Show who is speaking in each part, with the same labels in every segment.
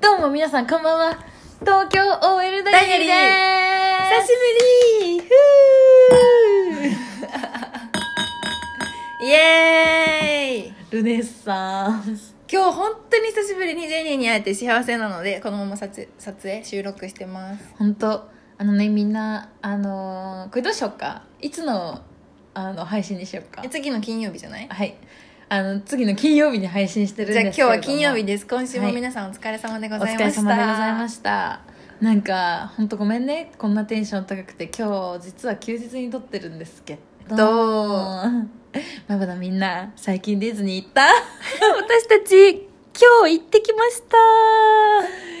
Speaker 1: どうも皆さんこんばんは東京 OL ダイアリーでーす
Speaker 2: 久しぶりふーイエーイ
Speaker 1: ルネッサンス
Speaker 2: 今日本当に久しぶりにジェニーに会えて幸せなのでこのまま撮撮影収録してます
Speaker 1: 本当あのねみんなあのーこれどうしようかいつのあの配信にしようか
Speaker 2: え次の金曜日じゃない
Speaker 1: はいあの次の金曜日に配信してるん
Speaker 2: じゃあ
Speaker 1: で
Speaker 2: 今
Speaker 1: す
Speaker 2: 日
Speaker 1: けれども
Speaker 2: は金曜日です今週
Speaker 1: は
Speaker 2: も
Speaker 1: い
Speaker 2: 皆さんお疲れ様でご
Speaker 1: お
Speaker 2: ざい
Speaker 1: 疲
Speaker 2: ま
Speaker 1: れ
Speaker 2: した、
Speaker 1: 様でございましたなんか本当ごめんねこんなテンション高くて今日実は休日に撮ってるんですけど
Speaker 2: どう
Speaker 1: まだみんな最近ディズニー行った
Speaker 2: 私たち今日行ってきました
Speaker 1: イエ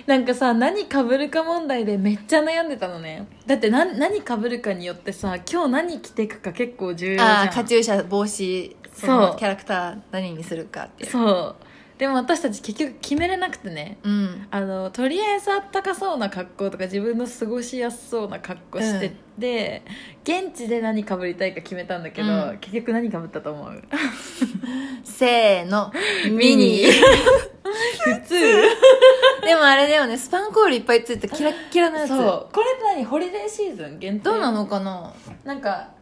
Speaker 1: ーイなんかさ何かぶるか問題でめっちゃ悩んでたのねだって何何かぶるかによってさ今日何着ていくか結構重要じゃ
Speaker 2: ああ
Speaker 1: ん
Speaker 2: カチューシャ帽子
Speaker 1: そう
Speaker 2: のキャラクター何にするかっていう
Speaker 1: そうでも私たち結局決めれなくてね
Speaker 2: うん
Speaker 1: あのとりあえずあったかそうな格好とか自分の過ごしやすそうな格好してて、現地で何かぶりたいか決めたんだけど、
Speaker 2: うん
Speaker 1: 結局何かぶったと思う
Speaker 2: せーの
Speaker 1: ミニ
Speaker 2: ミニ
Speaker 1: 普通
Speaker 2: でもあれだよねスパンコールいっぱいついたキラッキラのやつ
Speaker 1: そうこれって何ホリデーシーズン限定
Speaker 2: どうなのかな
Speaker 1: なんか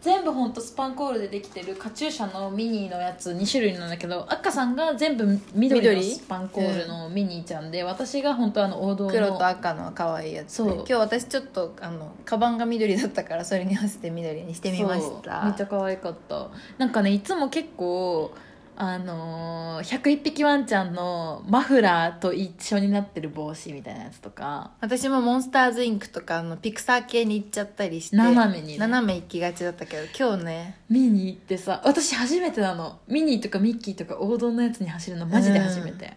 Speaker 1: 全部ほんとスパンコールでできてるカチューシャのミニーのやつ2種類なんだけど赤さんが全部緑の
Speaker 2: 緑
Speaker 1: スパンコールのミニーちゃんで、私が本当あの王道の
Speaker 2: 黒と赤の可愛いやつ
Speaker 1: そう
Speaker 2: 今日私ちょっとあのカバンが緑だったからそれに合わせて緑にしてみまし
Speaker 1: そうめったちゃ可愛かったなんかねいつも結構あのー、101匹ワンちゃんのマフラーと一緒になってる帽子みたいなやつとか
Speaker 2: 私もモンスターズインクとかあのピクサー系に行っちゃったりして
Speaker 1: 斜めにね
Speaker 2: 斜め行きがちだったけど今日ね
Speaker 1: ミニーってさ私初めてなのミニーとかミッキーとか王道のやつに走るのマジで初めて、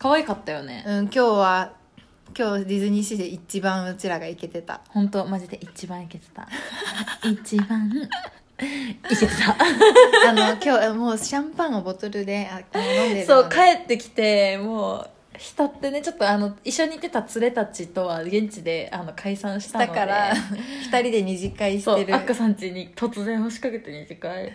Speaker 1: 可愛かったよね、
Speaker 2: うん今日は今日ディズニーシーで一番うちらが行けてた
Speaker 1: 本当マジで一番いけて た一番いけ てた
Speaker 2: あの 今日もうシャンパンをボトルでああの飲んでるので
Speaker 1: そう帰ってきてもう浸ってねちょっとあの一緒に行ってた連れたちとは現地であの解散したの
Speaker 2: だ
Speaker 1: で
Speaker 2: から2人で二次会し
Speaker 1: そう
Speaker 2: てる
Speaker 1: アッカさん家に突然押しかけて二次会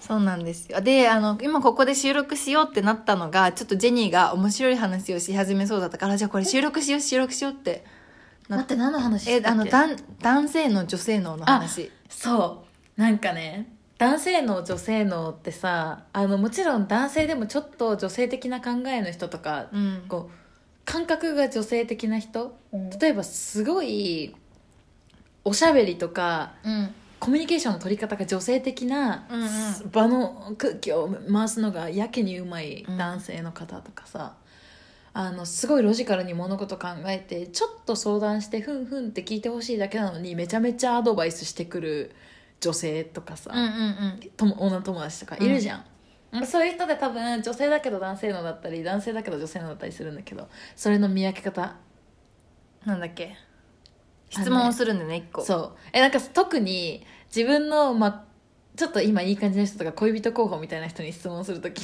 Speaker 2: そうなんですよであの今ここで収録しようってなったのがちょっとジェニーが面白い話をし始めそうだったからじゃあこれ収録しよう収録しようってな
Speaker 1: 待って何の話
Speaker 2: え
Speaker 1: したっけ
Speaker 2: あの男男性の女性のの話
Speaker 1: そうなんかね男性の女性のってさあのもちろん男性でもちょっと女性的な考えの人とか、
Speaker 2: うん
Speaker 1: こう感覚が女性的な人
Speaker 2: うん
Speaker 1: 例えばすごいおしゃべりとか
Speaker 2: うん
Speaker 1: コミュニケーションの取り方が女性的な、
Speaker 2: うんうん
Speaker 1: 場の空気を回すのがやけにうまい男性の方とかさ、あのすごいロジカルに物事考えてちょっと相談してふんふんって聞いてほしいだけなのにめちゃめちゃアドバイスしてくる女性とかさ、
Speaker 2: うんうんうん
Speaker 1: とも女友達とかいるじゃん、そういう人で多分女性だけど男性のだったり男性だけど女性のだったりするんだけどそれの見分け方
Speaker 2: なんだっけ質問をするんだよね一個
Speaker 1: そうえなんか特に自分の、まあ、ちょっと今いい感じの人とか恋人候補みたいな人に 質問するとき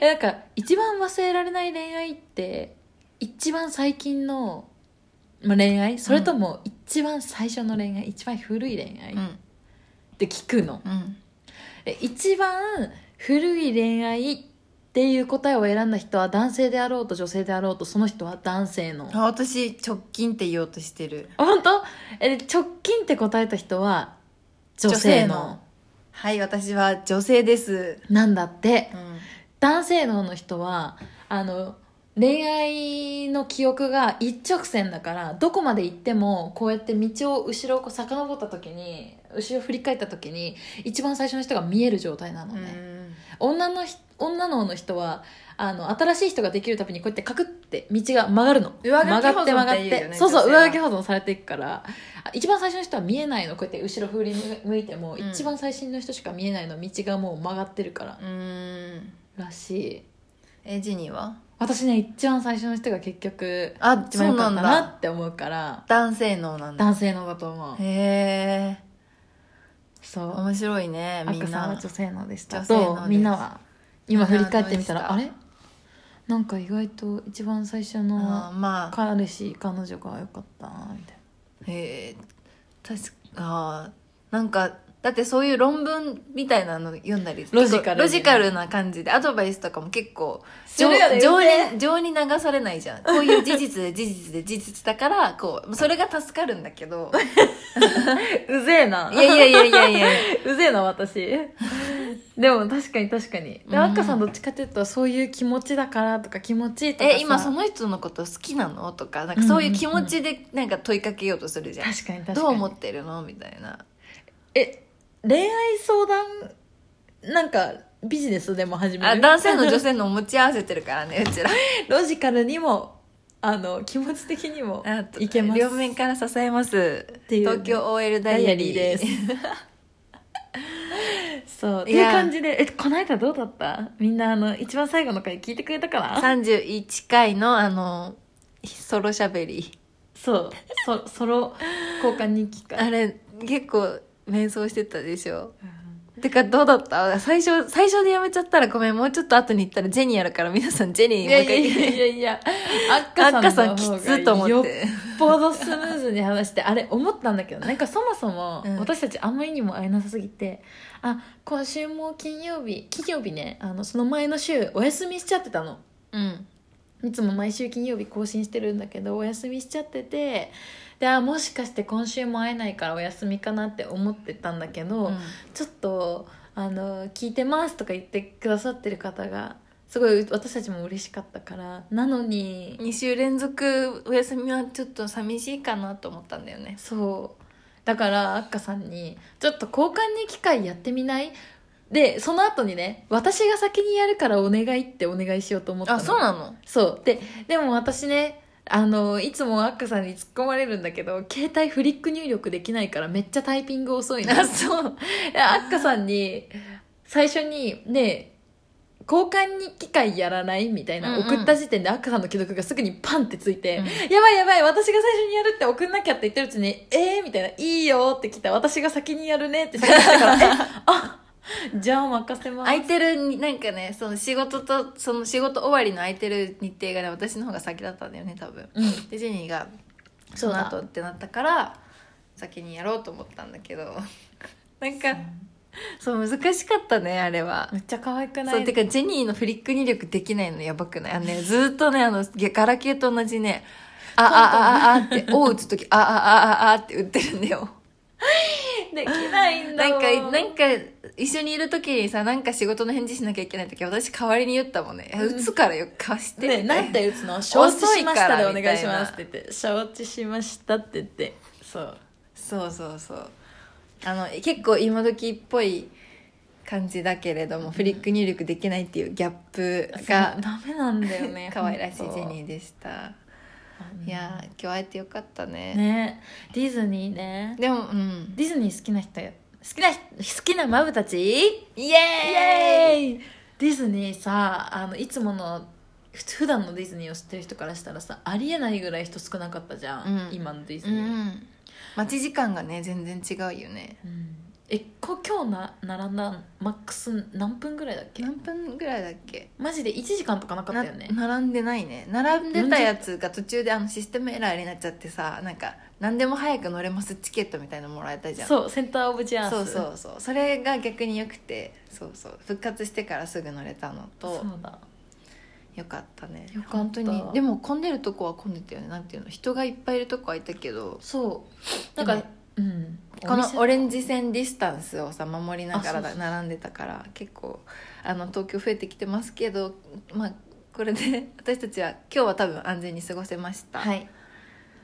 Speaker 1: えなんか一番忘れられない恋愛って一番最近の、まあ、恋愛それとも一番最初の恋愛、一番古い恋愛、
Speaker 2: う
Speaker 1: っ
Speaker 2: ん
Speaker 1: て聞くの
Speaker 2: うん
Speaker 1: え一番古い恋愛っていう答えを選んだ人は男性であろうと女性であろうとその人は男性の
Speaker 2: あ私直近って言おうとしてる
Speaker 1: あ本当えで直近って答えた人は女性の
Speaker 2: はい私は女性です
Speaker 1: なんだって
Speaker 2: うん
Speaker 1: 男性のの人はあの恋愛の記憶が一直線だからどこまで行ってもこうやって道を後ろをこう遡った時に後ろ振り返った時に一番最初の人が見える状態なの
Speaker 2: う
Speaker 1: ね、
Speaker 2: ん
Speaker 1: 女のひ女の方の人はあの新しい人ができるたびにこうやってカクって道が曲がるの
Speaker 2: 上書き保存
Speaker 1: 曲がって曲が
Speaker 2: っ
Speaker 1: って
Speaker 2: 言う
Speaker 1: て
Speaker 2: よね
Speaker 1: そうそう
Speaker 2: 女性は
Speaker 1: 上書き保存されていくからあ一番最初の人は見えないのこうやって後ろ振り向いても、
Speaker 2: うん
Speaker 1: 一番最新の人しか見えないの道がもう曲がってるから
Speaker 2: うん
Speaker 1: らしい
Speaker 2: えジェニーは
Speaker 1: 私ね一番最初の人が結局
Speaker 2: あ
Speaker 1: 一番
Speaker 2: そ
Speaker 1: 良
Speaker 2: う
Speaker 1: か
Speaker 2: な
Speaker 1: っ
Speaker 2: ん
Speaker 1: たな
Speaker 2: だ
Speaker 1: って思うから
Speaker 2: 男性能なんだ
Speaker 1: 男性のだと思う
Speaker 2: へえ
Speaker 1: そう
Speaker 2: 面白いねみ
Speaker 1: 赤
Speaker 2: ん
Speaker 1: さんは
Speaker 2: な
Speaker 1: 女性のでした
Speaker 2: 女性の
Speaker 1: ど
Speaker 2: です
Speaker 1: うみんなは今振り返ってみた
Speaker 2: みん
Speaker 1: ら
Speaker 2: な
Speaker 1: あ
Speaker 2: はどう
Speaker 1: れ
Speaker 2: でし
Speaker 1: なんか意外と一番最初
Speaker 2: あ
Speaker 1: の
Speaker 2: ーまあ
Speaker 1: 彼氏彼女が良かったなみたい
Speaker 2: へえ確かあーなんかだってそういう論文みたいなの読んだり
Speaker 1: ロジカルにね
Speaker 2: ロジカルな感じでアドバイスとかも結構
Speaker 1: す
Speaker 2: 情
Speaker 1: るよね
Speaker 2: 情
Speaker 1: 全
Speaker 2: に情に流されないじゃんこういう事実で事実で事実だからこうそれが助かるんだ けど
Speaker 1: うぜえない
Speaker 2: やいやいやいや いや
Speaker 1: うぜえな私でも確かに確かにで
Speaker 2: うん
Speaker 1: 赤さんどっちかっていうとそういう気持ちだからとか気持ちいいとかさ
Speaker 2: え今その人のこと好きなのとかなんかそういう気持ちでなんか問いかけようとするじゃん,、
Speaker 1: 確かに確かに
Speaker 2: どう思ってるのみたいな
Speaker 1: え恋愛相談なんかビジネスでも始める
Speaker 2: あ男性の女性の持ち合わせてるからねうちら
Speaker 1: ロジカルにもあの気持ち的にも
Speaker 2: あと
Speaker 1: いけます
Speaker 2: 両面から支えます
Speaker 1: ていうね
Speaker 2: 東京 OL ダイアリー
Speaker 1: ダイアリーです そうって
Speaker 2: い
Speaker 1: いう
Speaker 2: や
Speaker 1: 感じでえこの間どうだったみんなあの一番最後の回聞いてくれたから
Speaker 2: 31回のあのソロしゃべり
Speaker 1: そうそ ソロ交換日記
Speaker 2: あ
Speaker 1: か
Speaker 2: れ結構迷走してたでしょてかどうだった最初最初でやめちゃったらごめんもうちょっと後に行ったらジェニーやるから皆さんジェニー
Speaker 1: い
Speaker 2: も
Speaker 1: や
Speaker 2: う
Speaker 1: い
Speaker 2: 一
Speaker 1: や
Speaker 2: 回
Speaker 1: いやいやいや
Speaker 2: あっか
Speaker 1: の
Speaker 2: さんき
Speaker 1: 方が
Speaker 2: つと思
Speaker 1: よ
Speaker 2: って
Speaker 1: ぽどスムーズに話してあれ思ったんだけどなんかそもそも
Speaker 2: うん
Speaker 1: 私たちあまりにも会えなさすぎて、あ今週も金曜日金曜日ねあのその前の週お休みしちゃってたの
Speaker 2: うん
Speaker 1: いつも毎週金曜日更新してるんだけどお休みしちゃっててであもしかして今週も会えないからお休みかなって思ってたんだけど、ちょっとあの聞いてますとか言ってくださってる方がすごい私たちも嬉しかったからなのに
Speaker 2: 2週連続お休みはちょっと寂しいかなと思ったんだよね
Speaker 1: そうだからあっかさんに「ちょっと交換に機会やってみない?」でその後にね私が先にやるからお願いってお願いしようと思った
Speaker 2: あそう
Speaker 1: の
Speaker 2: なの
Speaker 1: そうででも私ねあのいつもあっかさんに突っ込まれるんだけど携帯フリック入力できないからめっちゃタイピング遅いの
Speaker 2: あそう
Speaker 1: であっかさんに最初に「ねえ交換に機会やらない?」みたいな、
Speaker 2: うんうん
Speaker 1: 送った時点であっかさんの既読がすぐにパンってついて「
Speaker 2: うん
Speaker 1: やばいやばい私が最初にやるって送んなきゃ」って言ってるうちに「えー?」みたいな「いいよ」って来た私が先にやるねって先に来たから「えあじゃあ任せます」
Speaker 2: 空いてるになんかねその仕事とその仕事終わりの空いてる日程がね私の方が先だったんだよね多分
Speaker 1: うん、
Speaker 2: でジェニーが
Speaker 1: そ
Speaker 2: そうの
Speaker 1: だ
Speaker 2: 後ってなったから先にやろうと思ったんだけど なんかそう難しかったねあれは
Speaker 1: めっちゃ可愛くない
Speaker 2: そうてかジェニーのフリック入力できないのやばくないあのねずーっとねあのガラケーと同じね「あああああ」って「お」打つ時「あああああ」って打ってるんだよ
Speaker 1: できないんだ
Speaker 2: なん
Speaker 1: わ
Speaker 2: か、なんか、一緒にいる時にさ、なんか仕事の返事しなきゃいけない時、私代わりに言ったもんね。いや
Speaker 1: うん
Speaker 2: 打つからよ、貸して
Speaker 1: ね、
Speaker 2: みたい
Speaker 1: な
Speaker 2: な。
Speaker 1: んて打つの承知しましたでお
Speaker 2: 遅いからみた
Speaker 1: 願い
Speaker 2: い
Speaker 1: し
Speaker 2: な
Speaker 1: ますって言って承知しましたって言ってそう
Speaker 2: そうそうそう。あの、結構今時っぽい感じだけれども、フリック入力できないっていうギャップ
Speaker 1: が
Speaker 2: が、
Speaker 1: ダメなんだよね
Speaker 2: 可愛らしいジェ
Speaker 1: ー
Speaker 2: ニーでした。
Speaker 1: い
Speaker 2: い
Speaker 1: や
Speaker 2: やー、今日会えてよかったね。
Speaker 1: ねディズニーね
Speaker 2: でも、うん。
Speaker 1: ディズニー好きな人好きな人好きなマブたちイ
Speaker 2: イエーイ
Speaker 1: イディズニーさあのいつものふ普段のディズニーを知ってる人からしたらさありえないぐらい人少なかったじゃん、
Speaker 2: うん
Speaker 1: 今のディズ
Speaker 2: う
Speaker 1: ニー、
Speaker 2: ん。待ち時間がね、全然違うよね。
Speaker 1: うんえこ今日な並んだのマックス何分ぐらいだっけ
Speaker 2: 何分ぐらいだっけ
Speaker 1: マジで1時間とかなかったよね
Speaker 2: な並んでないね並んでたやつが途中であのシステムエラーになっちゃってさなんか何でも早く乗れますチケットみたいなのもらえたじゃん
Speaker 1: そうセンターオブジェアース
Speaker 2: そうそうそうそれが逆によくてそうそう復活してからすぐ乗れたの
Speaker 1: そ
Speaker 2: と
Speaker 1: うだ
Speaker 2: よかったね
Speaker 1: よかった
Speaker 2: 本当にでも混んでるとこは混んでたよねなんていうの人がいっぱいいるとこはいたけど
Speaker 1: そう
Speaker 2: で
Speaker 1: なん
Speaker 2: も
Speaker 1: か、うん
Speaker 2: こ
Speaker 1: お店
Speaker 2: のオレンジ線ディスタンスをさ守りながら
Speaker 1: あそう
Speaker 2: だ
Speaker 1: そう
Speaker 2: 並んでたから結構あの東京増えてきてますけどまあこれで私たちは今日は多分安全に過ごせました
Speaker 1: はい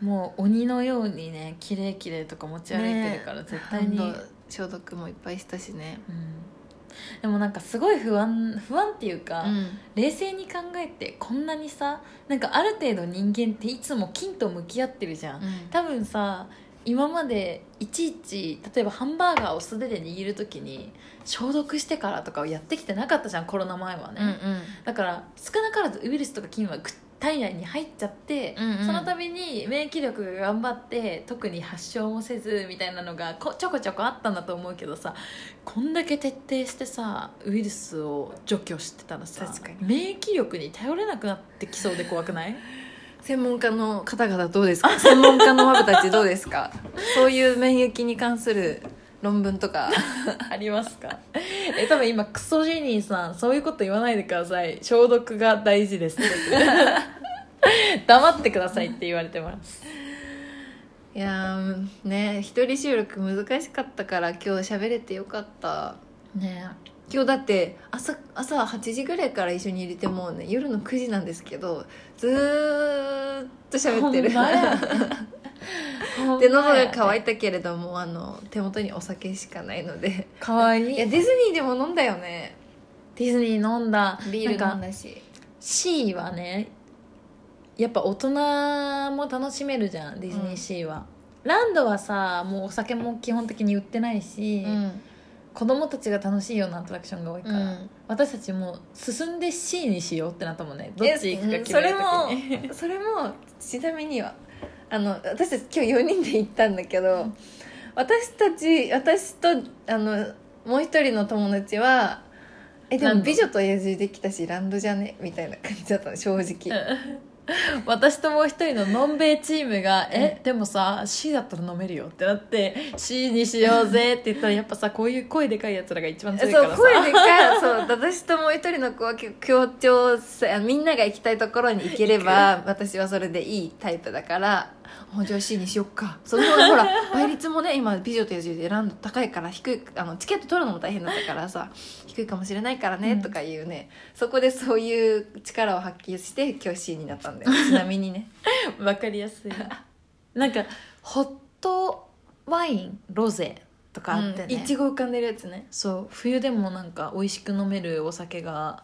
Speaker 1: もう鬼のようにね綺麗綺麗とか持ち歩いてるから
Speaker 2: ね
Speaker 1: 絶対に、
Speaker 2: ハンド消毒もいっぱいしたしね
Speaker 1: うん、でもなんかすごい不安不安っていうか、
Speaker 2: うん
Speaker 1: 冷静に考えてこんなにさなんかある程度人間っていつも菌と向き合ってるじゃん、多分さ今までいちいち例えばハンバーガーを素手で握る時に消毒してからとかをやってきてなかったじゃんコロナ前はね、
Speaker 2: うんうん
Speaker 1: だから少なからずウイルスとか菌はぐ体内に入っちゃって、
Speaker 2: うんうん
Speaker 1: その度に免疫力が頑張って特に発症もせずみたいなのがこちょこちょこあったんだと思うけどさこんだけ徹底してさウイルスを除去してたらさ
Speaker 2: 確かに
Speaker 1: 免疫力に頼れなくなってきそうで怖くない
Speaker 2: 専門家の 方々どうですか専門家のマブたちどうですかそういう免疫に関する論文とか
Speaker 1: ありますか え多分今クソジェニーさんそういうこと言わないでください消毒が大事ですって 黙ってくださいって言われてます
Speaker 2: いやーね一人収録難しかったから今日喋れてよかった
Speaker 1: ね
Speaker 2: 今日だって朝朝8時ぐらいから一緒に入れてもうね夜の9時なんですけどずーっと喋ってる
Speaker 1: ほんまや
Speaker 2: で喉が渇いたけれどもあの手元にお酒しかないので
Speaker 1: かわい
Speaker 2: い
Speaker 1: い
Speaker 2: や
Speaker 1: デ
Speaker 2: ディズニーでも飲んだよね
Speaker 1: ィズニー飲んだ
Speaker 2: ビール
Speaker 1: な
Speaker 2: 飲ん
Speaker 1: んか
Speaker 2: だし
Speaker 1: C はねやっぱ大人も楽しめるじゃんディズニー C は、ランドはさもうお酒も基本的に売ってないし、
Speaker 2: うん
Speaker 1: 子供たちが楽しいようなアトラクションが多いから、私たちも進んで C にしようってなったもんねどっち行くか決めるときに
Speaker 2: えそれもそれもちなみにはあの私たち今日4人で行ったんだけど私たち私とあのもう一人の友達は「えで
Speaker 1: ラン
Speaker 2: も
Speaker 1: ド
Speaker 2: 美女と野獣できたしランドじゃね?」みたいな感じだったの正直、
Speaker 1: 私ともう一人ののんべえチームが「えでもさ C だったら飲めるよ」ってなって「C にしようぜ」って言ったらやっぱさこういう声でかいやつらが一番強いか
Speaker 2: そう
Speaker 1: らさ
Speaker 2: 声でかそう私ともう一人の子は結構協調さあみんなが行きたいところに行ければ私はそれでいいタイプだからもう女子にしよっかその方がほら倍率もね今「美女と野獣」でランド高いから低いあのチケット取るのも大変だったからさ低いかもしれないからね、
Speaker 1: うん
Speaker 2: とかいうねそこでそういう力を発揮して今日 C になったんだよ ちなみにね
Speaker 1: わかりやすい なんかホットワインロゼとかあってね、
Speaker 2: いちご浮かんでるやつね
Speaker 1: そう冬でもなんか美味しく飲めるお酒が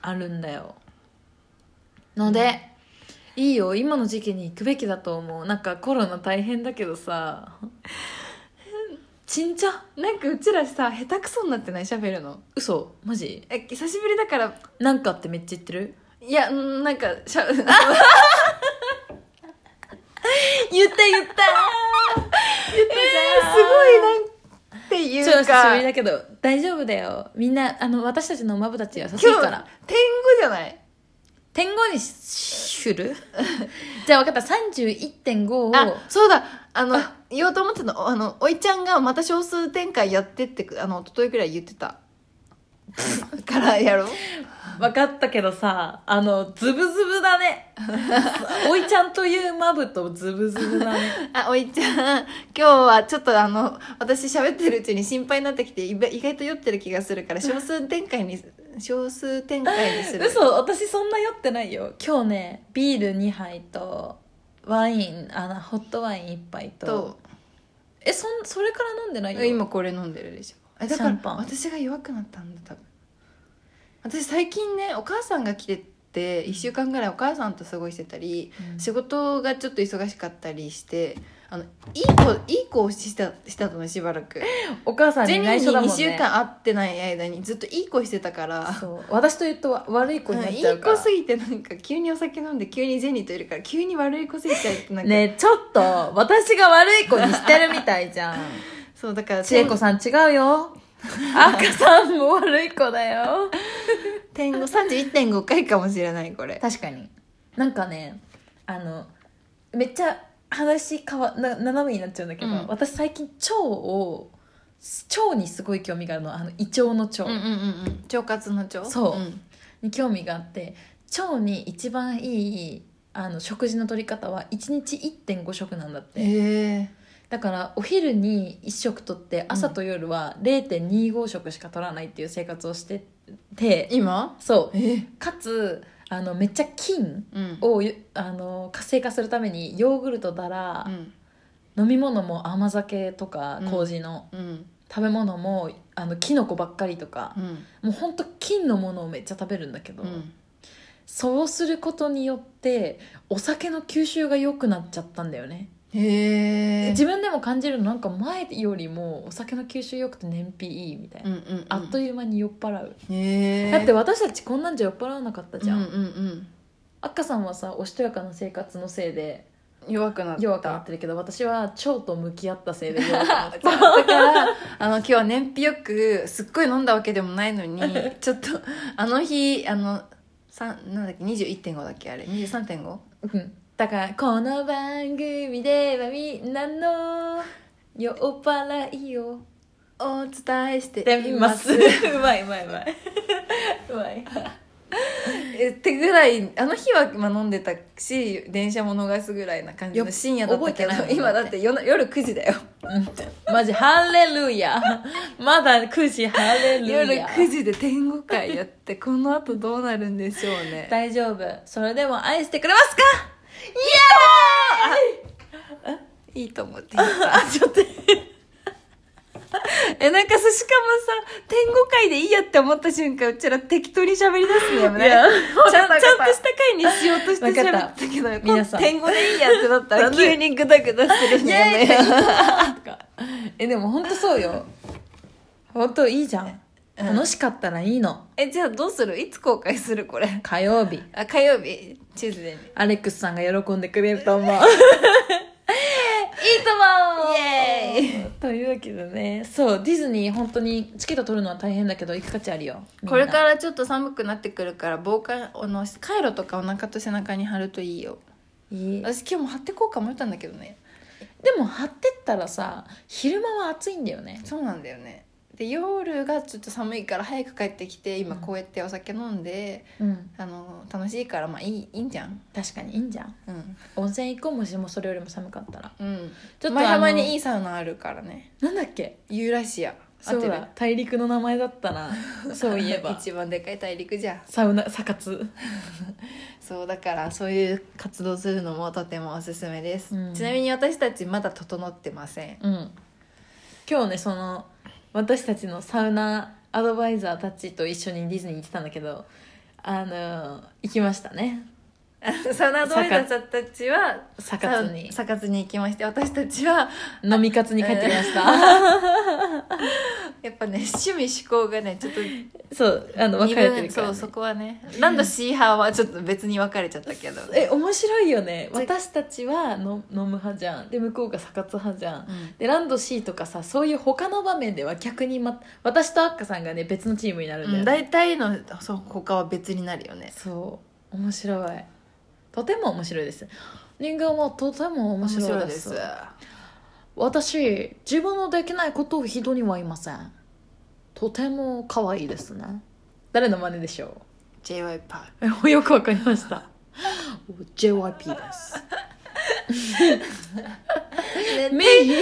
Speaker 1: あるんだよので、いいよ今の時期に行くべきだと思うなんかコロナ大変だけどさちんちゃ
Speaker 2: なんかうちらさ下手くそになってない喋るの
Speaker 1: 嘘マジ
Speaker 2: え久しぶりだから
Speaker 1: なんかってめっちゃ言ってる
Speaker 2: いやうんなんかしゃ
Speaker 1: 言った言った
Speaker 2: すごいなんて
Speaker 1: ちょ
Speaker 2: い
Speaker 1: っと
Speaker 2: う
Speaker 1: 久しぶ
Speaker 2: か
Speaker 1: りだけど大丈夫だよみんなあの私たちのまぶたち優しい
Speaker 2: 今日
Speaker 1: から
Speaker 2: 天狗じゃない
Speaker 1: 点5にしするじゃあ分かった31.5を
Speaker 2: あそうだあの言おうと思ってたのあのおいちゃんがまた少数展開やってってあの一昨日くらい言ってた からやろう
Speaker 1: 分かったけどさあのズブズブだ ねおいちゃんというまぶとズブズブだね
Speaker 2: あおいちゃん今日はちょっとあの私喋ってるうちに心配になってきていべ意外と酔ってる気がする から少数展開に少数展開にする
Speaker 1: 嘘私そんな酔ってないよ今日ねビール2杯とワインあのホットワイン1杯と
Speaker 2: と
Speaker 1: えそんそれから飲んでないよ
Speaker 2: 今これ飲んでるでしょえだから
Speaker 1: シャンパン
Speaker 2: 私が弱くなったんだ多分私最近ねお母さんが来てて1週間ぐらいお母さんと過ごしてたり
Speaker 1: うん
Speaker 2: 仕事がちょっと忙しかったりしてあのいい子いい子をしたしたのしばらく
Speaker 1: お母さん
Speaker 2: ジェ
Speaker 1: に
Speaker 2: ニ
Speaker 1: 内
Speaker 2: ー
Speaker 1: 緒だもん
Speaker 2: に2
Speaker 1: ね
Speaker 2: 週間会ってない間にずっといい子してたから
Speaker 1: そう私と言うとわ悪い子になっ
Speaker 2: いい
Speaker 1: ちゃうから、
Speaker 2: 子すぎてなんか急にお酒飲んで急にジェニーといるから急に悪い子すぎちゃうってなんか、
Speaker 1: ねえちょっと私が悪い子にしてるみたい じゃん
Speaker 2: そうだから
Speaker 1: 千恵子さん違う よ赤さんも悪い子だよ
Speaker 2: 天狗31.5回かもしれないこれ
Speaker 1: 確かになんかねあのめっちゃ話かわな斜めになっちゃうんだけど、
Speaker 2: うん
Speaker 1: 私最近腸を腸にすごい興味があるのあの胃腸の腸
Speaker 2: うんうんうんうん腸活の腸
Speaker 1: そうんに興味があって、腸に一番いいあの食事の取り方は1日1.5食なんだって、
Speaker 2: え
Speaker 1: だからお昼に1食とって朝と夜は0.25食しか取らないっていう生活をしてて、
Speaker 2: 今
Speaker 1: そう
Speaker 2: え
Speaker 1: かつあのめっちゃ菌
Speaker 2: うん
Speaker 1: をゆあの活性化するためにヨーグルトだら
Speaker 2: う、ん
Speaker 1: 飲み物も甘酒とか
Speaker 2: うん
Speaker 1: 麹の、
Speaker 2: うん
Speaker 1: 食べ物もあのキノコばっかりとか
Speaker 2: う、ん
Speaker 1: もうほんと菌のものをめっちゃ食べるんだけど、
Speaker 2: うん
Speaker 1: そうすることによってお酒の吸収が良くなっちゃったんだよね
Speaker 2: へえ
Speaker 1: 自分でも感じるのなんか前よりもお酒の吸収良くて燃費いいみたいな、
Speaker 2: うんうんうん
Speaker 1: あっという間に酔っ払う、
Speaker 2: へえ
Speaker 1: だって私たちこんなんじゃ酔っ払わなかったじゃん、
Speaker 2: うんうんうん
Speaker 1: 赤さんはさおしとやかな生活のせいで
Speaker 2: 弱くなった
Speaker 1: 弱くなってるけど私は腸と向き合ったせいで弱くなった
Speaker 2: だからあの今日は燃費よくすっごい飲んだわけでもないの にちょっとあの日あのさんなんだっけ21.5だっけあれ 23.5?
Speaker 1: うんだからこの番組ではみんなの酔っ払いを
Speaker 2: お伝えして
Speaker 1: て
Speaker 2: い
Speaker 1: ま
Speaker 2: ますす
Speaker 1: うまいうまいうまいうまい
Speaker 2: えってぐらいあの日はまあ飲んでたし電車も逃すぐらいな感じの
Speaker 1: よ
Speaker 2: 深夜だったけど
Speaker 1: 覚えてないもん
Speaker 2: 今だって夜夜9時だよ
Speaker 1: うんマジハレルヤまだ9時ハレルヤ
Speaker 2: 夜9時で天狗会やってこの後どうなるんでしょうね
Speaker 1: 大丈夫それでも愛してくれますか
Speaker 2: いいと思って言った
Speaker 1: ちょっと
Speaker 2: えなんかさしかもさ天狗会でいいやって思った瞬間うちら適当に喋り出すのやめない
Speaker 1: いや
Speaker 2: ちゃ
Speaker 1: わ
Speaker 2: ん
Speaker 1: かった
Speaker 2: ちゃんとした回にしようとして
Speaker 1: わかっ
Speaker 2: 喋
Speaker 1: た
Speaker 2: ったけど
Speaker 1: 皆さん
Speaker 2: 天狗でいいやってなったら
Speaker 1: 残
Speaker 2: 急
Speaker 1: 念
Speaker 2: にグダグダする のやめよう
Speaker 1: とかえでも本当そうよ本当いいじゃん
Speaker 2: うん
Speaker 1: 楽しかったらいいの
Speaker 2: えじゃあどうするいつ公開するこれ
Speaker 1: 火曜日
Speaker 2: あ火曜日チューズデーに
Speaker 1: アレックスさんが喜んでくれると思ういいと思う
Speaker 2: イエー
Speaker 1: イというわけでねそうディズニー本当にチケット取るのは大変だけど行く価値あるよみんな
Speaker 2: これからちょっと寒くなってくるから防寒あのカイロとかお腹と背中に貼るといいよ
Speaker 1: いい
Speaker 2: 私今日も貼ってこうか迷ったんだけどね
Speaker 1: でも張ってったらさ昼間は暑いんだよね
Speaker 2: そうなんだよねで夜がちょっと寒いから早く帰ってきて今
Speaker 1: うん
Speaker 2: こうやってお酒飲んで、
Speaker 1: うん
Speaker 2: あの楽しいからまあいいいいんじゃん
Speaker 1: 確かにいいんじゃん
Speaker 2: うん
Speaker 1: 温泉行こうもしもそれよりも寒かったら
Speaker 2: うん
Speaker 1: ちょっと
Speaker 2: 舞浜に
Speaker 1: い
Speaker 2: いいサウナあるからね
Speaker 1: なんだっけ
Speaker 2: ユーラシア
Speaker 1: そう
Speaker 2: 合って
Speaker 1: だ
Speaker 2: る
Speaker 1: 大陸の名前だったな そういえば
Speaker 2: 一番でかい大陸じゃん
Speaker 1: サウナサカツ
Speaker 2: そうだからそういう活動するのもとてもおすすめです、
Speaker 1: うん
Speaker 2: ちなみに私たちまだ整ってません
Speaker 1: うん今日ねその私たちのサウナアドバイザーたちと一緒にディズニー行ってたんだけどあの行きましたね
Speaker 2: サウナドイザさんたちは
Speaker 1: サカツに
Speaker 2: サカツに行きまして私たちは
Speaker 1: 飲み活に帰ってきました
Speaker 2: やっぱね趣味嗜好がねちょっと
Speaker 1: そうあの分かれてるから、
Speaker 2: そ
Speaker 1: ね、
Speaker 2: うそこはねランドシーハーはちょっと別に分かれちゃったけど、
Speaker 1: え面白いよね
Speaker 2: そう
Speaker 1: 私たちはの飲む派じゃんで向こうがサカツ派じゃん
Speaker 2: うん
Speaker 1: でランド C とかさそういう他の場面では逆に、ま、私とアッカさんがね別のチームになるんだ
Speaker 2: うん
Speaker 1: よね、
Speaker 2: 大体のそう他は別になるよね
Speaker 1: そう面白いとても面白いです人間はとても面白いです私自分のできないことを人にはいませんとても可愛いですね誰の真似でしょ
Speaker 2: j y パー
Speaker 1: うよくわかりました JYP です
Speaker 2: 天
Speaker 1: メイ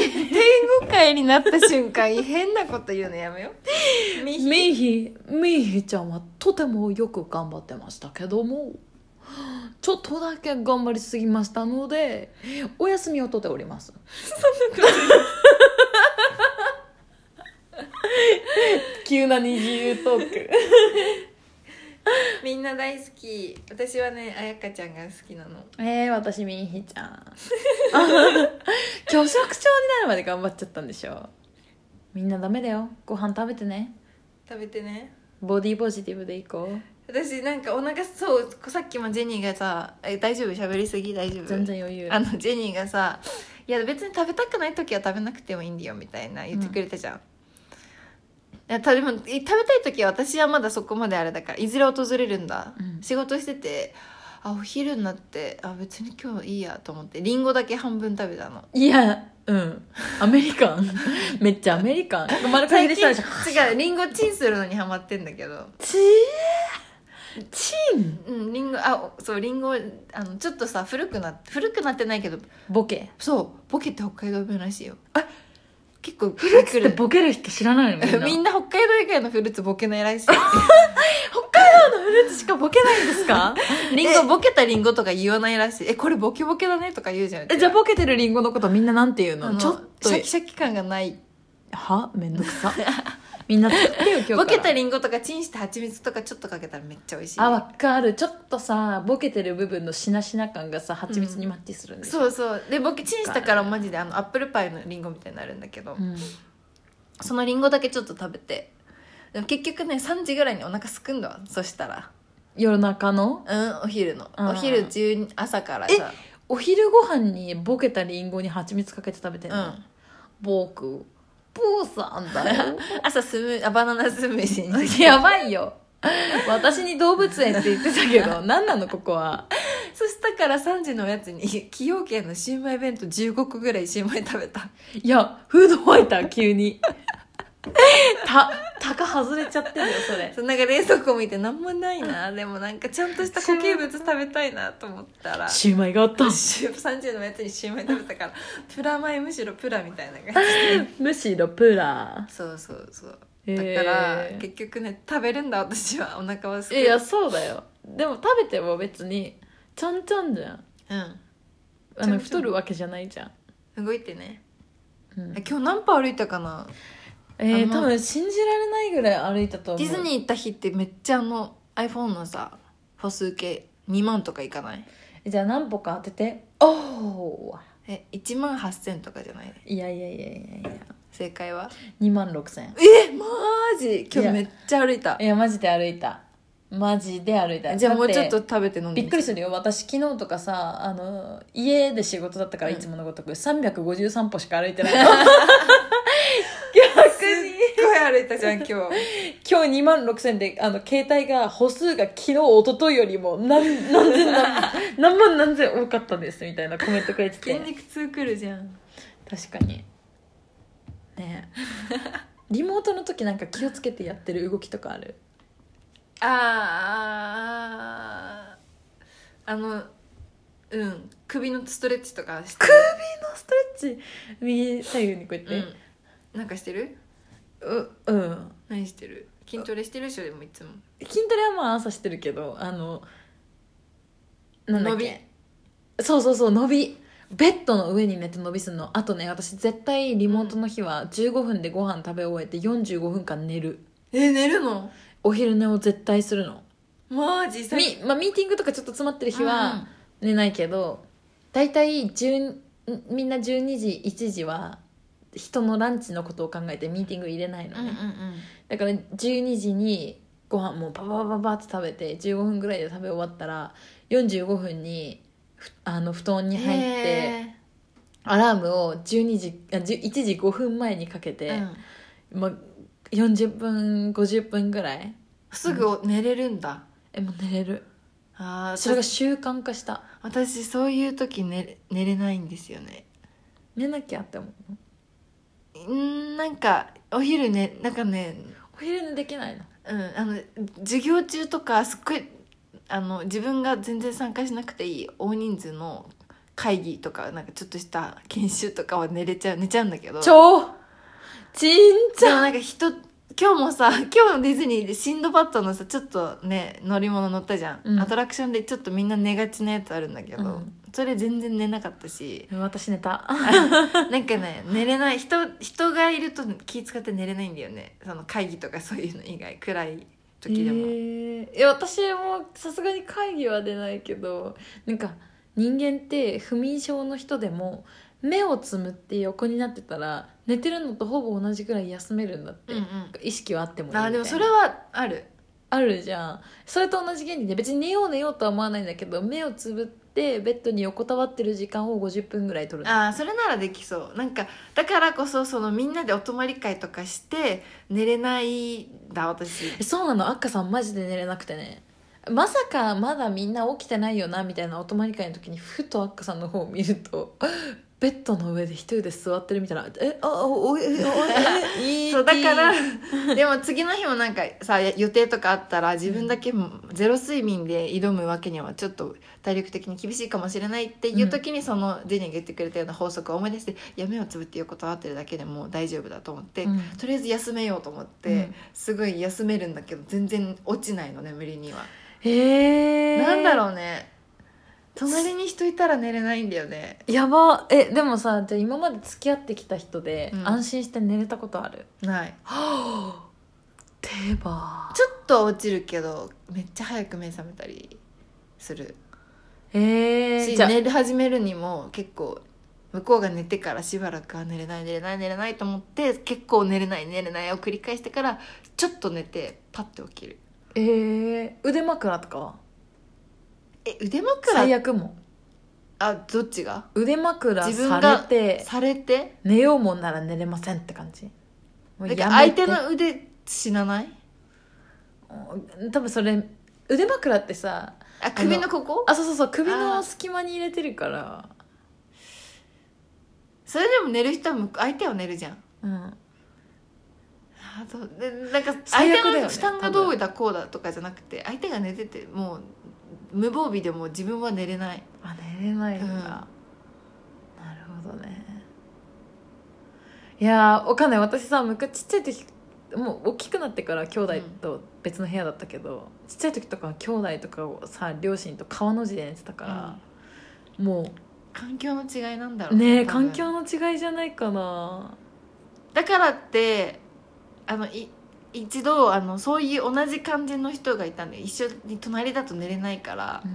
Speaker 2: 狗会になった瞬間変なこと言うのやめようミヒ
Speaker 1: ミヒミヒちゃんはとてもよく頑張ってましたけどもちょっとだけ頑張りすぎましたのでお休みを取っております急な二重トーク
Speaker 2: みんな大好き私はねあやかちゃんが好きなの
Speaker 1: えー、私ミヒちゃん拒食症になるまで頑張っちゃったんでしょみんなダメだよご飯食べてね
Speaker 2: 食べてね
Speaker 1: ボディポジティブでいこう
Speaker 2: 私なんかお腹そうさっきもジェニーがさ「え大丈夫喋りすぎ大丈夫?」
Speaker 1: 全然余裕
Speaker 2: あのジェニーがさ「いや別に食べたくない時は食べなくてもいいんだよ」みたいな言ってくれたじゃん、いやたでもい食べたい時は私はまだそこまであれだからいずれ訪れるんだ、
Speaker 1: うん
Speaker 2: 仕事しててあお昼になってあ別に今日いいやと思ってリンゴだけ半分食べたの
Speaker 1: いや、うん。アメリカン。めっちゃアメリカン。丸かじりしたでしょ。
Speaker 2: 違うリンゴチンするのにハマってんだけど
Speaker 1: ちーチン
Speaker 2: うんリンゴあおそうリンゴあのちょっとさ古くなって古くなってないけど
Speaker 1: ボケ。
Speaker 2: そうボケって北海道弁らしいよ
Speaker 1: あ
Speaker 2: 結構
Speaker 1: フルーツってボケる人知らない のみんな。
Speaker 2: みんな北海道以外のフルーツボケないらしい
Speaker 1: 北海道のフルーツしかボケないんです か
Speaker 2: リンゴボケたリンゴとか言わないらしいえこれボケボケだねとか言うじゃん
Speaker 1: え、じゃあボケてるリンゴのことみんななんて言う
Speaker 2: あ
Speaker 1: の
Speaker 2: の
Speaker 1: ちょっと
Speaker 2: シ。ャキシャキ感がない
Speaker 1: はめんどくさ。みんな作ってよ、今日から。
Speaker 2: ボケたリンゴとかチンして蜂蜜とかちょっとかけたらめっちゃ美味しい
Speaker 1: あ、わかる。ちょっとさ、ボケてる部分のしなしな感がさ、蜂蜜にマッチするんですよ。
Speaker 2: そうそうでボケチンしたからマジであのアップルパイのリンゴみたいになるんだけ
Speaker 1: う
Speaker 2: ど、
Speaker 1: ん。
Speaker 2: そのリンゴだけちょっと食べてでも結局ね3時ぐらいにお腹すくんだわそしたら
Speaker 1: 夜中の
Speaker 2: うんお昼の
Speaker 1: うん
Speaker 2: お昼12朝からさ
Speaker 1: お昼ご飯にボケたリンゴに蜂蜜かけて食べてん
Speaker 2: う
Speaker 1: の、
Speaker 2: ん
Speaker 1: 僕プーさんだ よ
Speaker 2: 朝スムーあバナナスムージーにして
Speaker 1: やばいよ私に動物園って言ってたけど何なのここは
Speaker 2: そしたから3時のおやつに崎陽軒のシウマイ弁当15個ぐらいシウマイ食べた
Speaker 1: いやフードファイター急にた高外れちゃってるよそれ
Speaker 2: そうなんか冷蔵庫見て何もないなでもなんかちゃんとした固形物食べたいなと思ったら
Speaker 1: シューマイがあった
Speaker 2: シュ30のやつにシューマイ食べたからプラ米むしろプラみたいな感 じ
Speaker 1: むしろプラ
Speaker 2: そうそうそう
Speaker 1: へ
Speaker 2: だか
Speaker 1: ー
Speaker 2: ら、結局ね食べるんだ私はお腹はす
Speaker 1: い
Speaker 2: く
Speaker 1: やそうだよでも食べても別にちゃんちゃんじゃんあ
Speaker 2: ちゃんちゃん
Speaker 1: の太るわけじゃないじゃん、
Speaker 2: うん動いてね
Speaker 1: うん
Speaker 2: え今日何歩歩いたかな
Speaker 1: え
Speaker 2: あ
Speaker 1: ー、
Speaker 2: の
Speaker 1: 多分信じられないぐらい歩いたと思
Speaker 2: デ
Speaker 1: う
Speaker 2: ィズニー行った日ってめっちゃあの iPhone のさ歩数計2万とかいかない
Speaker 1: ーじゃあ何歩か当てておお
Speaker 2: え1万8000とかじゃない
Speaker 1: いやいやいやいやいや
Speaker 2: 正解は
Speaker 1: 2万6000
Speaker 2: えマジ今日めっちゃ歩いた
Speaker 1: いやマジで歩いたマジで歩いた
Speaker 2: じゃあもう
Speaker 1: だ
Speaker 2: ちょってと食べて飲んで
Speaker 1: びっくりするよ私昨日とかさあの家で仕事だったから
Speaker 2: うん
Speaker 1: いつものごとく、353歩しか歩い てない
Speaker 2: すっごい歩いたじゃん 今日
Speaker 1: 今日2万6000であの携帯が歩数が昨日一昨日よりも何何千何何万何千多かったですみたいなコメントくれてて
Speaker 2: 筋肉痛くるじゃん
Speaker 1: 確かにねえリモートの時なんか気をつけてやってる動きとかある
Speaker 2: あーあーあのうん首のストレッチとかして
Speaker 1: のストレッチ右左右にこうやって、
Speaker 2: うん、なんかしてる
Speaker 1: ううん
Speaker 2: 何してる筋トレしてるでしょでもいつも
Speaker 1: 筋トレはまあ朝してるけどあのなんだっ
Speaker 2: 伸
Speaker 1: けそうそうそう伸びベッドの上に寝て伸びすんのあとね私絶対リモートの日は15分でご飯食べ終えて45分間寝る
Speaker 2: え寝るの
Speaker 1: お昼寝を絶対するの
Speaker 2: マジさっき
Speaker 1: み、まあ、ミーティングとかちょっと詰まってる日は寝ないけど大体10んみんな12時1時は人のランチのことを考えてミーティング入れないの
Speaker 2: うんうん
Speaker 1: ね、
Speaker 2: うんうん
Speaker 1: だから12時にご飯もうパパパパパって食べて15分ぐらいで食べ終わったら45分にふあの布団に入って
Speaker 2: へ
Speaker 1: アラームを12時あ10 1時5分前にかけ
Speaker 2: ー
Speaker 1: て
Speaker 2: う、ん
Speaker 1: まあ、40分50分ぐらい
Speaker 2: すぐ寝れるんだ
Speaker 1: えもう寝れる
Speaker 2: ああ
Speaker 1: それが習慣化した
Speaker 2: 私そういう時寝れ寝れないんですよね
Speaker 1: 寝なきゃって思うん
Speaker 2: なんかお昼ねなんかね
Speaker 1: お昼寝できないの
Speaker 2: うんあの授業中とかすっごいあの自分が全然参加しなくていい大人数の会議とかなんかちょっとした研修とかは寝れちゃう寝ちゃうんだけど
Speaker 1: 超ちんち
Speaker 2: で
Speaker 1: ゃん
Speaker 2: もなんか人今日もさ今日もディズニーでシンドバッドのさちょっとね乗り物乗ったじゃん、
Speaker 1: うん
Speaker 2: アトラクションでちょっとみんな寝がちなやつあるんだけど、
Speaker 1: うん
Speaker 2: それ全然寝なかっ たし
Speaker 1: 私寝た
Speaker 2: なんかね寝れない人人がいると気使って寝れないんだよねその会議とかそういうの以外暗い時でも、
Speaker 1: えーいや私もさすがに会議は出ないけどなんか人間って不眠症の人でも目をつむって横になってたら寝てるのとほぼ同じぐらい休めるんだって、
Speaker 2: うん
Speaker 1: 意識はあっても
Speaker 2: う
Speaker 1: い
Speaker 2: ん、
Speaker 1: いみたい
Speaker 2: あ
Speaker 1: な
Speaker 2: でもそれはある
Speaker 1: あるじゃんそれと同じ原理で別に寝よう寝ようとは思わないんだけど目をつぶってベッドに横たわってる時間を50分ぐらい取るの
Speaker 2: あーそれならできそうなんかだからこそそのみんなでお泊まり会とかして寝れないんだ私
Speaker 1: えそうなのあっかさんマジで寝れなくてねまさかまだみんな起きてないよなみたいなお泊まり会の時にふとあっかさんの方を見るとベッドの上で一人で座ってるみたいな「えあおおえおえ え
Speaker 2: そうだから でも次の日もなんかさ予定とかあったら自分だけもゼロ睡眠で挑むわけにはちょっと体力的に厳しいかもしれないっていう時にそのジェニーが言ってくれたような法則を思い出して「いや目をつぶって横たわってるだけでもう大丈夫だ」と思って、
Speaker 1: うん
Speaker 2: とりあえず休めようと思って、
Speaker 1: うん
Speaker 2: すごい休めるんだけど全然落ちないの眠りには。
Speaker 1: へえ
Speaker 2: なんだろうね隣に人いたら寝れないんだよね。
Speaker 1: うやばえでもさじゃあ今まで付き合ってきた人で、
Speaker 2: うん
Speaker 1: 安心して寝れたこと ある
Speaker 2: ない
Speaker 1: 手羽
Speaker 2: ちょっと落ちるけどめっちゃ早く目覚めたりする。
Speaker 1: え
Speaker 2: し
Speaker 1: じゃあ
Speaker 2: 寝る始めるにも結構向こうが寝てからしばらくは寝れない寝れない寝れないと思って結構寝れない寝れないを繰り返してからちょっと寝てパッて起きる
Speaker 1: えー、腕枕とかは
Speaker 2: え
Speaker 1: 最
Speaker 2: 腕枕
Speaker 1: 悪もん
Speaker 2: あどっちが
Speaker 1: 腕枕
Speaker 2: 自分
Speaker 1: さ
Speaker 2: が
Speaker 1: れて
Speaker 2: されて
Speaker 1: 寝ようもんなら寝れませんって感じもう
Speaker 2: なん
Speaker 1: や
Speaker 2: か
Speaker 1: め
Speaker 2: 相
Speaker 1: て
Speaker 2: 手の腕死なない
Speaker 1: 多分それ腕枕ってさ
Speaker 2: あ首のここ
Speaker 1: あそうそうそう首
Speaker 2: あ
Speaker 1: の
Speaker 2: ー
Speaker 1: 隙間に入れてるから
Speaker 2: それでも寝る人は向こう相手は寝るじゃん
Speaker 1: うん
Speaker 2: あそうでなんか
Speaker 1: 最
Speaker 2: 相
Speaker 1: 悪だよね
Speaker 2: 手の負担がど
Speaker 1: 多
Speaker 2: う
Speaker 1: 分
Speaker 2: だこうだとかじゃなくて相手が寝ててもう無防備でも自分は寝れない
Speaker 1: あ寝れないんだ、なるほどねいやーお金私さ昔ちっちゃい時もう大きくなってから兄弟と別の部屋だったけど、ちっちゃい時とかは兄弟とかをさ両親と川の字で寝てたから、も
Speaker 2: 環境の違いなんだろ
Speaker 1: う
Speaker 2: う
Speaker 1: ねえ
Speaker 2: 多分
Speaker 1: 環境の違いじゃないかな
Speaker 2: だからってあのい一度あのそういう同じ感じの人がいたんで一緒に隣だと寝れないからって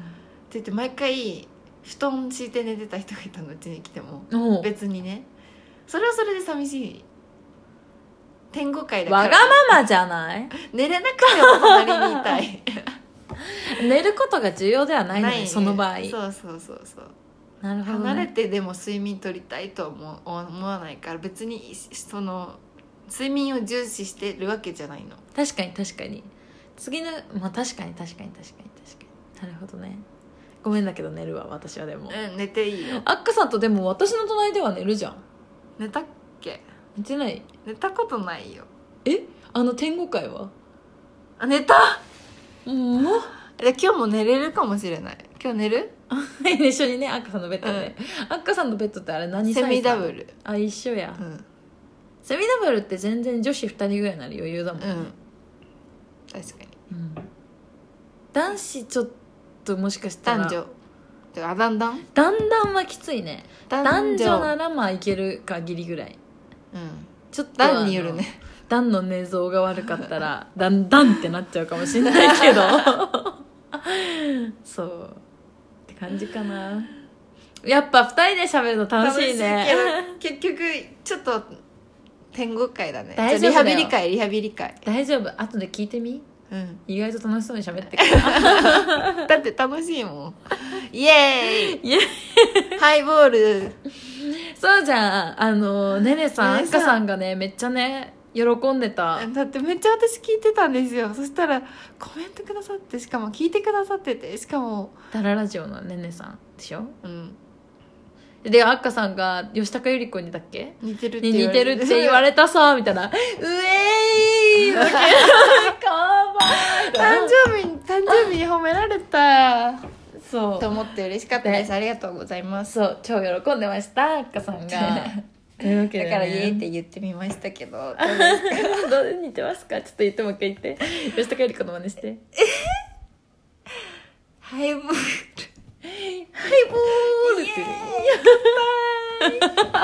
Speaker 2: 言って毎回布団敷いて寝てた人がいたのうちに来ても
Speaker 1: もう
Speaker 2: 別にねそれはそれで寂しい天狗界だか
Speaker 1: わが
Speaker 2: ら
Speaker 1: ままじゃない
Speaker 2: 寝れなくても隣にいたい
Speaker 1: 寝ることが重要で はないのねその場合
Speaker 2: そうそうそうそう
Speaker 1: なるほど、ね、
Speaker 2: 離れてでも睡眠取りたいとは思う思わないから別にその睡眠を重視してるわけじゃないの
Speaker 1: 確かに確かに次のまあ確かに確かに確かに確かになるほどねごめんだけど寝るわ私はでも
Speaker 2: うん寝ていいよ
Speaker 1: アッカさんとでも私の隣では寝るじゃん
Speaker 2: 寝たっけ
Speaker 1: 寝てない
Speaker 2: 寝たことないよ
Speaker 1: えあの天狗会は
Speaker 2: あ寝た
Speaker 1: うん もう
Speaker 2: で今日も寝れるかもしれない今日寝る
Speaker 1: 一緒にねアッカさんのベッドで、アッカさんのベッドってあれ何サイズ
Speaker 2: セミダブル
Speaker 1: あ一緒や、
Speaker 2: うん
Speaker 1: セミダブルって全然女子2人ぐらいなら余裕だもん、
Speaker 2: うん確かに
Speaker 1: うん男子ちょっともしかしたら
Speaker 2: 男女てかあだんだん
Speaker 1: だんだんはきついね男女な
Speaker 2: ら
Speaker 1: らまあいける限りぐらい
Speaker 2: うん
Speaker 1: ちょっと
Speaker 2: 男によるね
Speaker 1: ダンの寝相が悪かった らダンダンってなっちゃうかもしれないけどそうって感じかなやっぱ二人で喋るの楽しいね
Speaker 2: 楽しいけど結局ちょっと天国会だね
Speaker 1: 大丈夫だよ
Speaker 2: リハビリ会リハビリ会
Speaker 1: 大丈夫後で聞いてみ
Speaker 2: うん
Speaker 1: 意外と楽しそうに喋って くれる
Speaker 2: だって楽しい もんイエー
Speaker 1: いや
Speaker 2: イハイボール
Speaker 1: そうじゃんあのねねさんあ
Speaker 2: ね
Speaker 1: っ
Speaker 2: ねさん
Speaker 1: かさんがねめっちゃね喜んでた
Speaker 2: だってめっちゃ私聞いてたんですよそしたらコメントくださってしかも聞いてくださっててしかも
Speaker 1: ダララジオのねねさんでしょ
Speaker 2: うん
Speaker 1: であっかさんが吉高由里子にだっけ
Speaker 2: 似てるって
Speaker 1: に似てるって言わ れたさみたい な「うえーい!」だけどかわいい
Speaker 2: 誕生日に誕生日に褒められた
Speaker 1: そ
Speaker 2: と思って嬉しかったですありがとうございま
Speaker 1: う
Speaker 2: す
Speaker 1: そう超喜んでましたあっかさんがというわけ
Speaker 2: だ
Speaker 1: でね、
Speaker 2: から「イエーって言ってみましたけどどうで す
Speaker 1: どう似てますかちょっと言ってもう一回言って吉高由里子の真似して
Speaker 2: ハイボー
Speaker 1: 「
Speaker 2: ル
Speaker 1: ハイボール!」って言う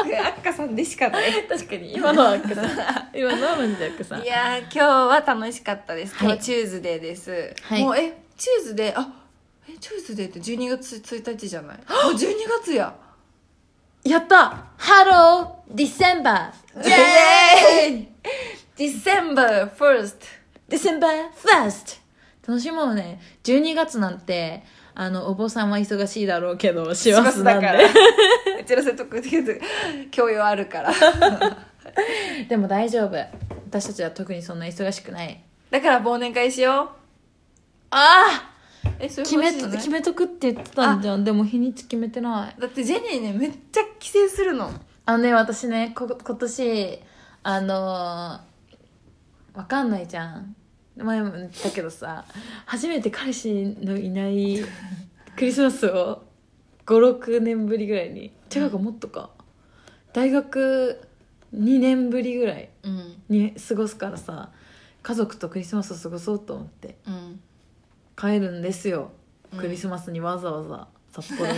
Speaker 2: イエーイあっかさんでしかない
Speaker 1: 確かに今のはあっかさん今のはマジであっかさん
Speaker 2: いやー今日は楽しかったです
Speaker 1: はい
Speaker 2: 今日チューズデーです、
Speaker 1: はい
Speaker 2: もうえチューズデーあえチューズデーって12月1日じゃないもう12月や
Speaker 1: やったハローディセンバー
Speaker 2: イエーイ December 1st
Speaker 1: デセンバーファースト楽しいものね12月なんてあのお坊さんは忙しいだろうけど師走なん
Speaker 2: ら
Speaker 1: で
Speaker 2: うちらせとくけど教養ある から
Speaker 1: でも大丈夫私たちは特にそんな忙しくない
Speaker 2: だから忘年会しよ
Speaker 1: あ
Speaker 2: うえそう
Speaker 1: 決めと決めとくって言ってたんじゃんでも日にち決めてない
Speaker 2: だってジェニーねめっちゃ帰省するの
Speaker 1: あのね私ねこ今年あのーわかんないじゃん前も言ったけどさ初めて彼氏のい ないクリスマスを56年ぶりぐらいに違うかもっとか大学2年ぶりぐらい
Speaker 2: うん
Speaker 1: に過ごすからさ家族とクリスマスを過ごそうと思って
Speaker 2: うん
Speaker 1: 帰るんですよ
Speaker 2: うん
Speaker 1: クリスマスにわざわざ札幌に、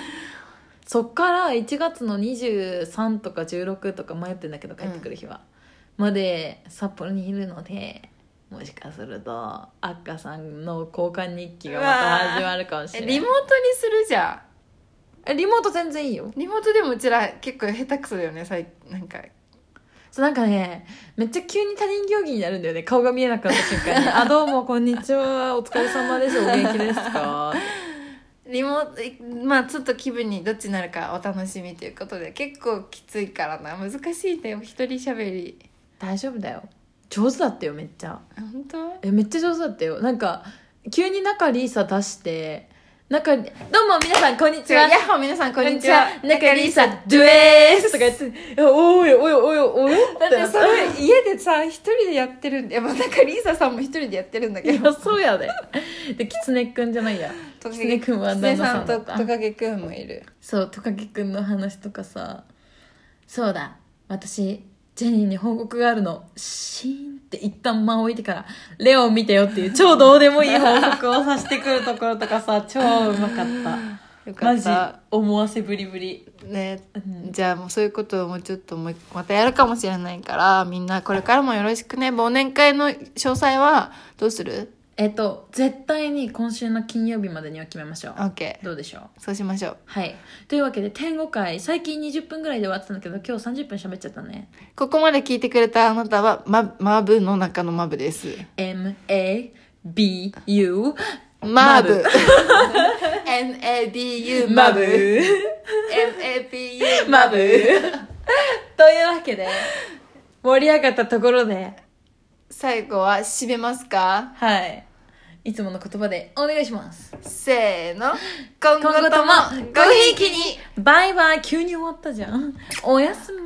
Speaker 1: そっから1月の23とか16とか迷ってんだけど帰ってくる日は、まで札幌にいるのでもしかするとあっかさんの交換日記がまた始まるかもし
Speaker 2: え
Speaker 1: れない
Speaker 2: リモートにするじゃん
Speaker 1: えリモート全然いいよ
Speaker 2: リモートでもうちら結構下手くそだよね最なんか
Speaker 1: そうなんかねめっちゃ急に他人行儀になるんだよね顔が見えなくなった瞬 間に「あどうもこんにちはお疲れ様ですお元気ですか」
Speaker 2: リモートまあちょっと気分にどっちになるかお楽しみということで結構きついからな難しいんだよ一人しゃべり
Speaker 1: 大丈夫だよ上手だったよめっちゃ
Speaker 2: 本当
Speaker 1: えめっちゃ上手だったよなんか急に中リーサ出して中に、どうも皆さん、こんにちは。
Speaker 2: ヤッホー皆さんこんにちは
Speaker 1: 中にさ、ドゥエースとか言って、いやおーよ、およ、およ、およ
Speaker 2: だ
Speaker 1: っ
Speaker 2: っててそれ家でさ一人でやってるんでまあなんかリーサさんも一人でやってるんだけ
Speaker 1: いや、
Speaker 2: ど
Speaker 1: そうやで。で、キツネくんじゃないや。
Speaker 2: ト
Speaker 1: キツネくんは旦那さんだ
Speaker 2: と
Speaker 1: った
Speaker 2: トカゲくんもいる
Speaker 1: そう、トカゲくんの話とかさ、そうだ、私、ジェニーに報告があるの、シーンって一旦間を置いてから、レオを見てよっていう、超どうでもいい報告をさせてくるところとかさ、超うまかった。
Speaker 2: よか
Speaker 1: マ
Speaker 2: っ
Speaker 1: ジ
Speaker 2: た、
Speaker 1: 思わせぶりぶり。
Speaker 2: ね
Speaker 1: うん
Speaker 2: じゃあもうそういうことをもうちょっともうまたやるかもしれないからみんなこれからもよろしくね忘年会の詳細はどうする
Speaker 1: えっと、絶対に今週の金曜日までには決めましょう。
Speaker 2: ?OK
Speaker 1: どうでしょう
Speaker 2: そうしましょう
Speaker 1: はい。というわけで、天5回、最近20分ぐらいで終わってたんだけど、今日30分喋っちゃったね。
Speaker 2: ここまで聞いてくれたあなたはママブの中のマブです
Speaker 1: M, A, B, U,
Speaker 2: マ ブ MABU マブ MABU
Speaker 1: マブ。というわけで、盛り上がったところで、
Speaker 2: 最後は締めますか
Speaker 1: はい。いつもの言葉でお願いします。
Speaker 2: せーの今
Speaker 1: 今後と
Speaker 2: 後と
Speaker 1: も
Speaker 2: も
Speaker 1: ご
Speaker 2: ご
Speaker 1: ひい
Speaker 2: ひい
Speaker 1: き
Speaker 2: き
Speaker 1: に
Speaker 2: に
Speaker 1: バイバイ急に終わったじゃん。おやすみ